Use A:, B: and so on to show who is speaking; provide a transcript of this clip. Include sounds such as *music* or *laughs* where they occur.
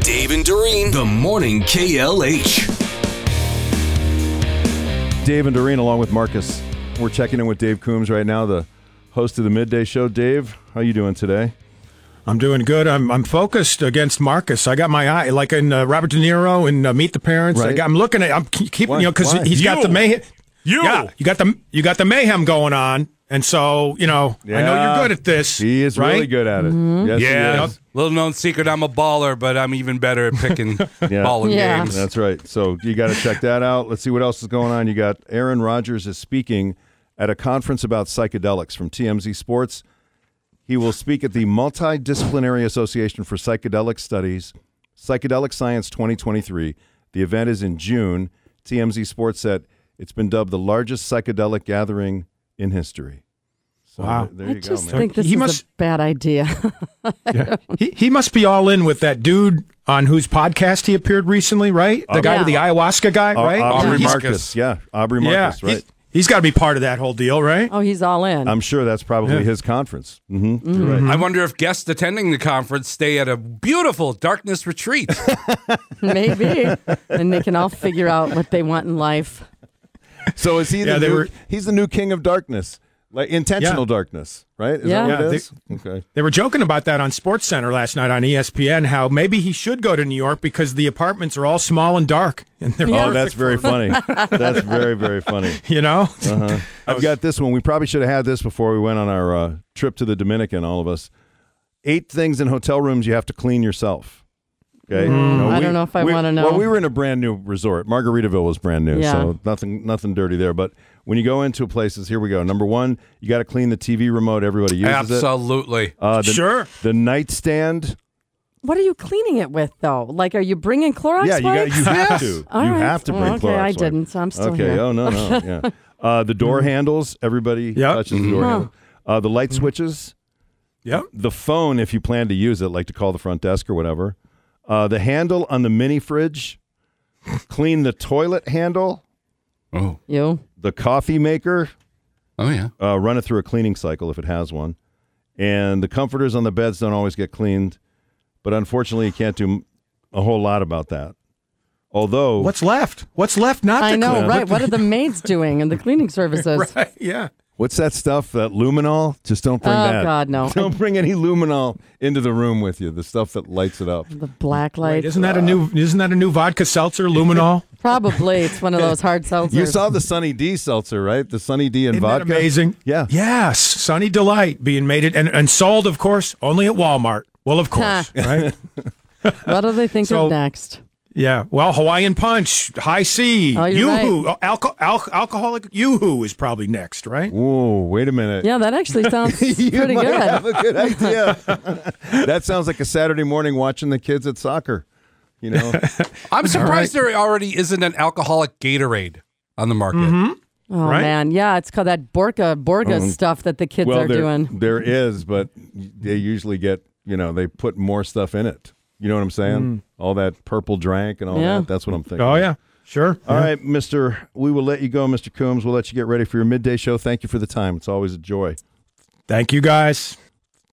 A: Dave and Doreen, the morning KLH.
B: Dave and Doreen, along with Marcus. We're checking in with Dave Coombs right now, the host of the midday show. Dave, how you doing today?
C: I'm doing good. I'm I'm focused against Marcus. I got my eye like in uh, Robert De Niro and uh, Meet the Parents. I
B: Right.
C: got, I'm looking at. I'm ke- keeping
B: Why?
C: you know because
B: Why?
C: he's got
D: You.
C: the mayhem.
D: You.
C: yeah, you got the you got the mayhem going on, and so you know I know
B: Yeah.
C: you're good at this.
B: He is
C: right?
B: really good at it. Yes, he
D: Yeah.
B: is.
D: Little known secret, I'm a baller, but I'm even better
B: *laughs*
D: at picking balling
E: Yeah.
D: games.
B: That's right. So you got to check that out. Let's see what else is going on. You got Aaron Rodgers is speaking at a conference about psychedelics from TMZ Sports. He will speak at the Multidisciplinary Association for Psychedelic Studies, Psychedelic Science 2023. The event is in June. TMZ Sports said it's been dubbed the largest psychedelic gathering in history. So
C: Wow.
B: there
E: I
B: you go,
E: just
B: man.
E: think this
C: He
E: is a
C: must-
E: bad
B: *laughs*
E: idea.
C: He he must be all in with that dude on whose podcast he appeared recently, right?
D: Uh,
C: The guy with the ayahuasca guy,
B: Au-
C: right?
B: Aubrey
C: He's-
B: Marcus. Yeah, Aubrey
C: Yeah,
B: Marcus, right.
C: he's- he's got to be part of that whole deal, right?
E: oh, he's all in.
B: *laughs* I'm sure that's probably his conference. hmm Right.
D: I wonder if guests attending the conference stay at a beautiful
B: *laughs*
D: darkness retreat.
E: Maybe. and they can all figure out what they want in life.
B: So is he?
C: Yeah,
B: the
C: they
B: new,
C: were-
B: He's the new king of darkness, like intentional darkness, right? Is
E: Yeah.
B: that what
C: Yeah,
B: it
C: they-
B: is? okay.
C: They were joking about that on Sports Center last night on E ESPN. How maybe he should go to New York because the apartments are all small and dark, *laughs* and they're
B: Oh, that's very funny. that's very very funny.
C: you know.
B: *laughs* Uh-huh. I've got this one. We probably should have had this before we went on our uh, trip to the Dominican. All of us. Eight things in hotel rooms you have to clean yourself. Okay. You
E: I don't know if I
B: we-
E: wanna know.
B: Well, we were in a brand new resort. Margaritaville was brand new,
E: Yeah.
B: so nothing nothing dirty there. But when you go into places, here we go. Number one, you got to clean the TV remote. Everybody uses it.
D: Absolutely.
B: Uh, the,
C: Sure.
B: The nightstand.
E: What are you cleaning it with, though? Like, are you bringing Clorox
B: Yeah, you got
E: wipes?
B: you have to.
E: *laughs* All
B: you
E: right.
B: have to
E: Well,
B: bring
E: okay,
B: Clorox
E: I
B: wipe.
E: didn't, so I'm still
B: okay.
E: here. Mm-hmm.
B: Oh no,
E: *laughs*
B: no. Yeah. Uh, the door handles. Everybody
C: Yep.
B: touches the door
E: Huh.
B: handle. Uh, the
E: Mm-hmm.
B: light switches.
C: *laughs* Yep.
B: The phone, if you plan to use it, like to call the front desk or whatever. Uh, the handle on the mini fridge. Clean the toilet handle.
D: Oh,
E: You.
B: The coffee maker.
D: oh yeah.
B: Uh, run it through a cleaning cycle if it has one. And the comforters on the beds don't always get cleaned, but unfortunately, you can't do m- a whole lot about that. Although
C: What's left? What's left not
E: I
C: to
E: know,
C: clean?
E: right? What are the maids doing and the cleaning services?
B: *laughs*
C: *laughs* Right, Yeah.
B: What's that stuff? That luminol? Just don't bring
E: Oh,
B: that.
E: God, no.
B: *laughs* Don't bring any luminol into the room with you. The stuff that lights it up.
E: The black
C: Wait,
E: light.
C: isn't that a new isn't that a new vodka seltzer,
B: *laughs*
C: Luminol?
E: Probably. It's one of those hard seltzers.
B: You saw the Sunny D seltzer, right? The Sunny D and
C: Isn't
B: vodka.
C: that amazing?
B: Yeah.
C: Yes. Sunny Delight being made it and, and sold, of course, only at Walmart. Well, of course,
B: *laughs*
C: right?
E: what do they think
C: So-
E: of next?
C: Yeah. Well, Hawaiian Punch, High C,
E: Oh, you're
C: Yoo-hoo, alco- al- alcoholic Yoo-hoo is probably next, right?
B: Whoa, wait a minute. *laughs*
E: Yeah, that actually sounds
B: You
E: pretty
B: might
E: good.
B: have a good idea.
E: *laughs*
B: *laughs* that sounds like a Saturday morning watching the kids at soccer. You
E: *laughs*
B: know,
D: I'm surprised there already isn't an alcoholic Gatorade on the market.
E: Oh
C: Right?
E: man, yeah, it's called that Borka Borga stuff that the
B: Um,
E: kids
B: well,
E: are
B: there,
E: doing.
B: there is, but they usually get, you know, they put more stuff in it. You know what I'm saying? All that purple drank and all
E: Yeah.
B: that. That's what I'm thinking.
C: Mm. Oh yeah. Sure.
B: All right, Mr. We will let you go, Mr. Coombs. We'll let you get ready for your midday show. Thank you for the time. It's always a joy.
C: Thank you guys.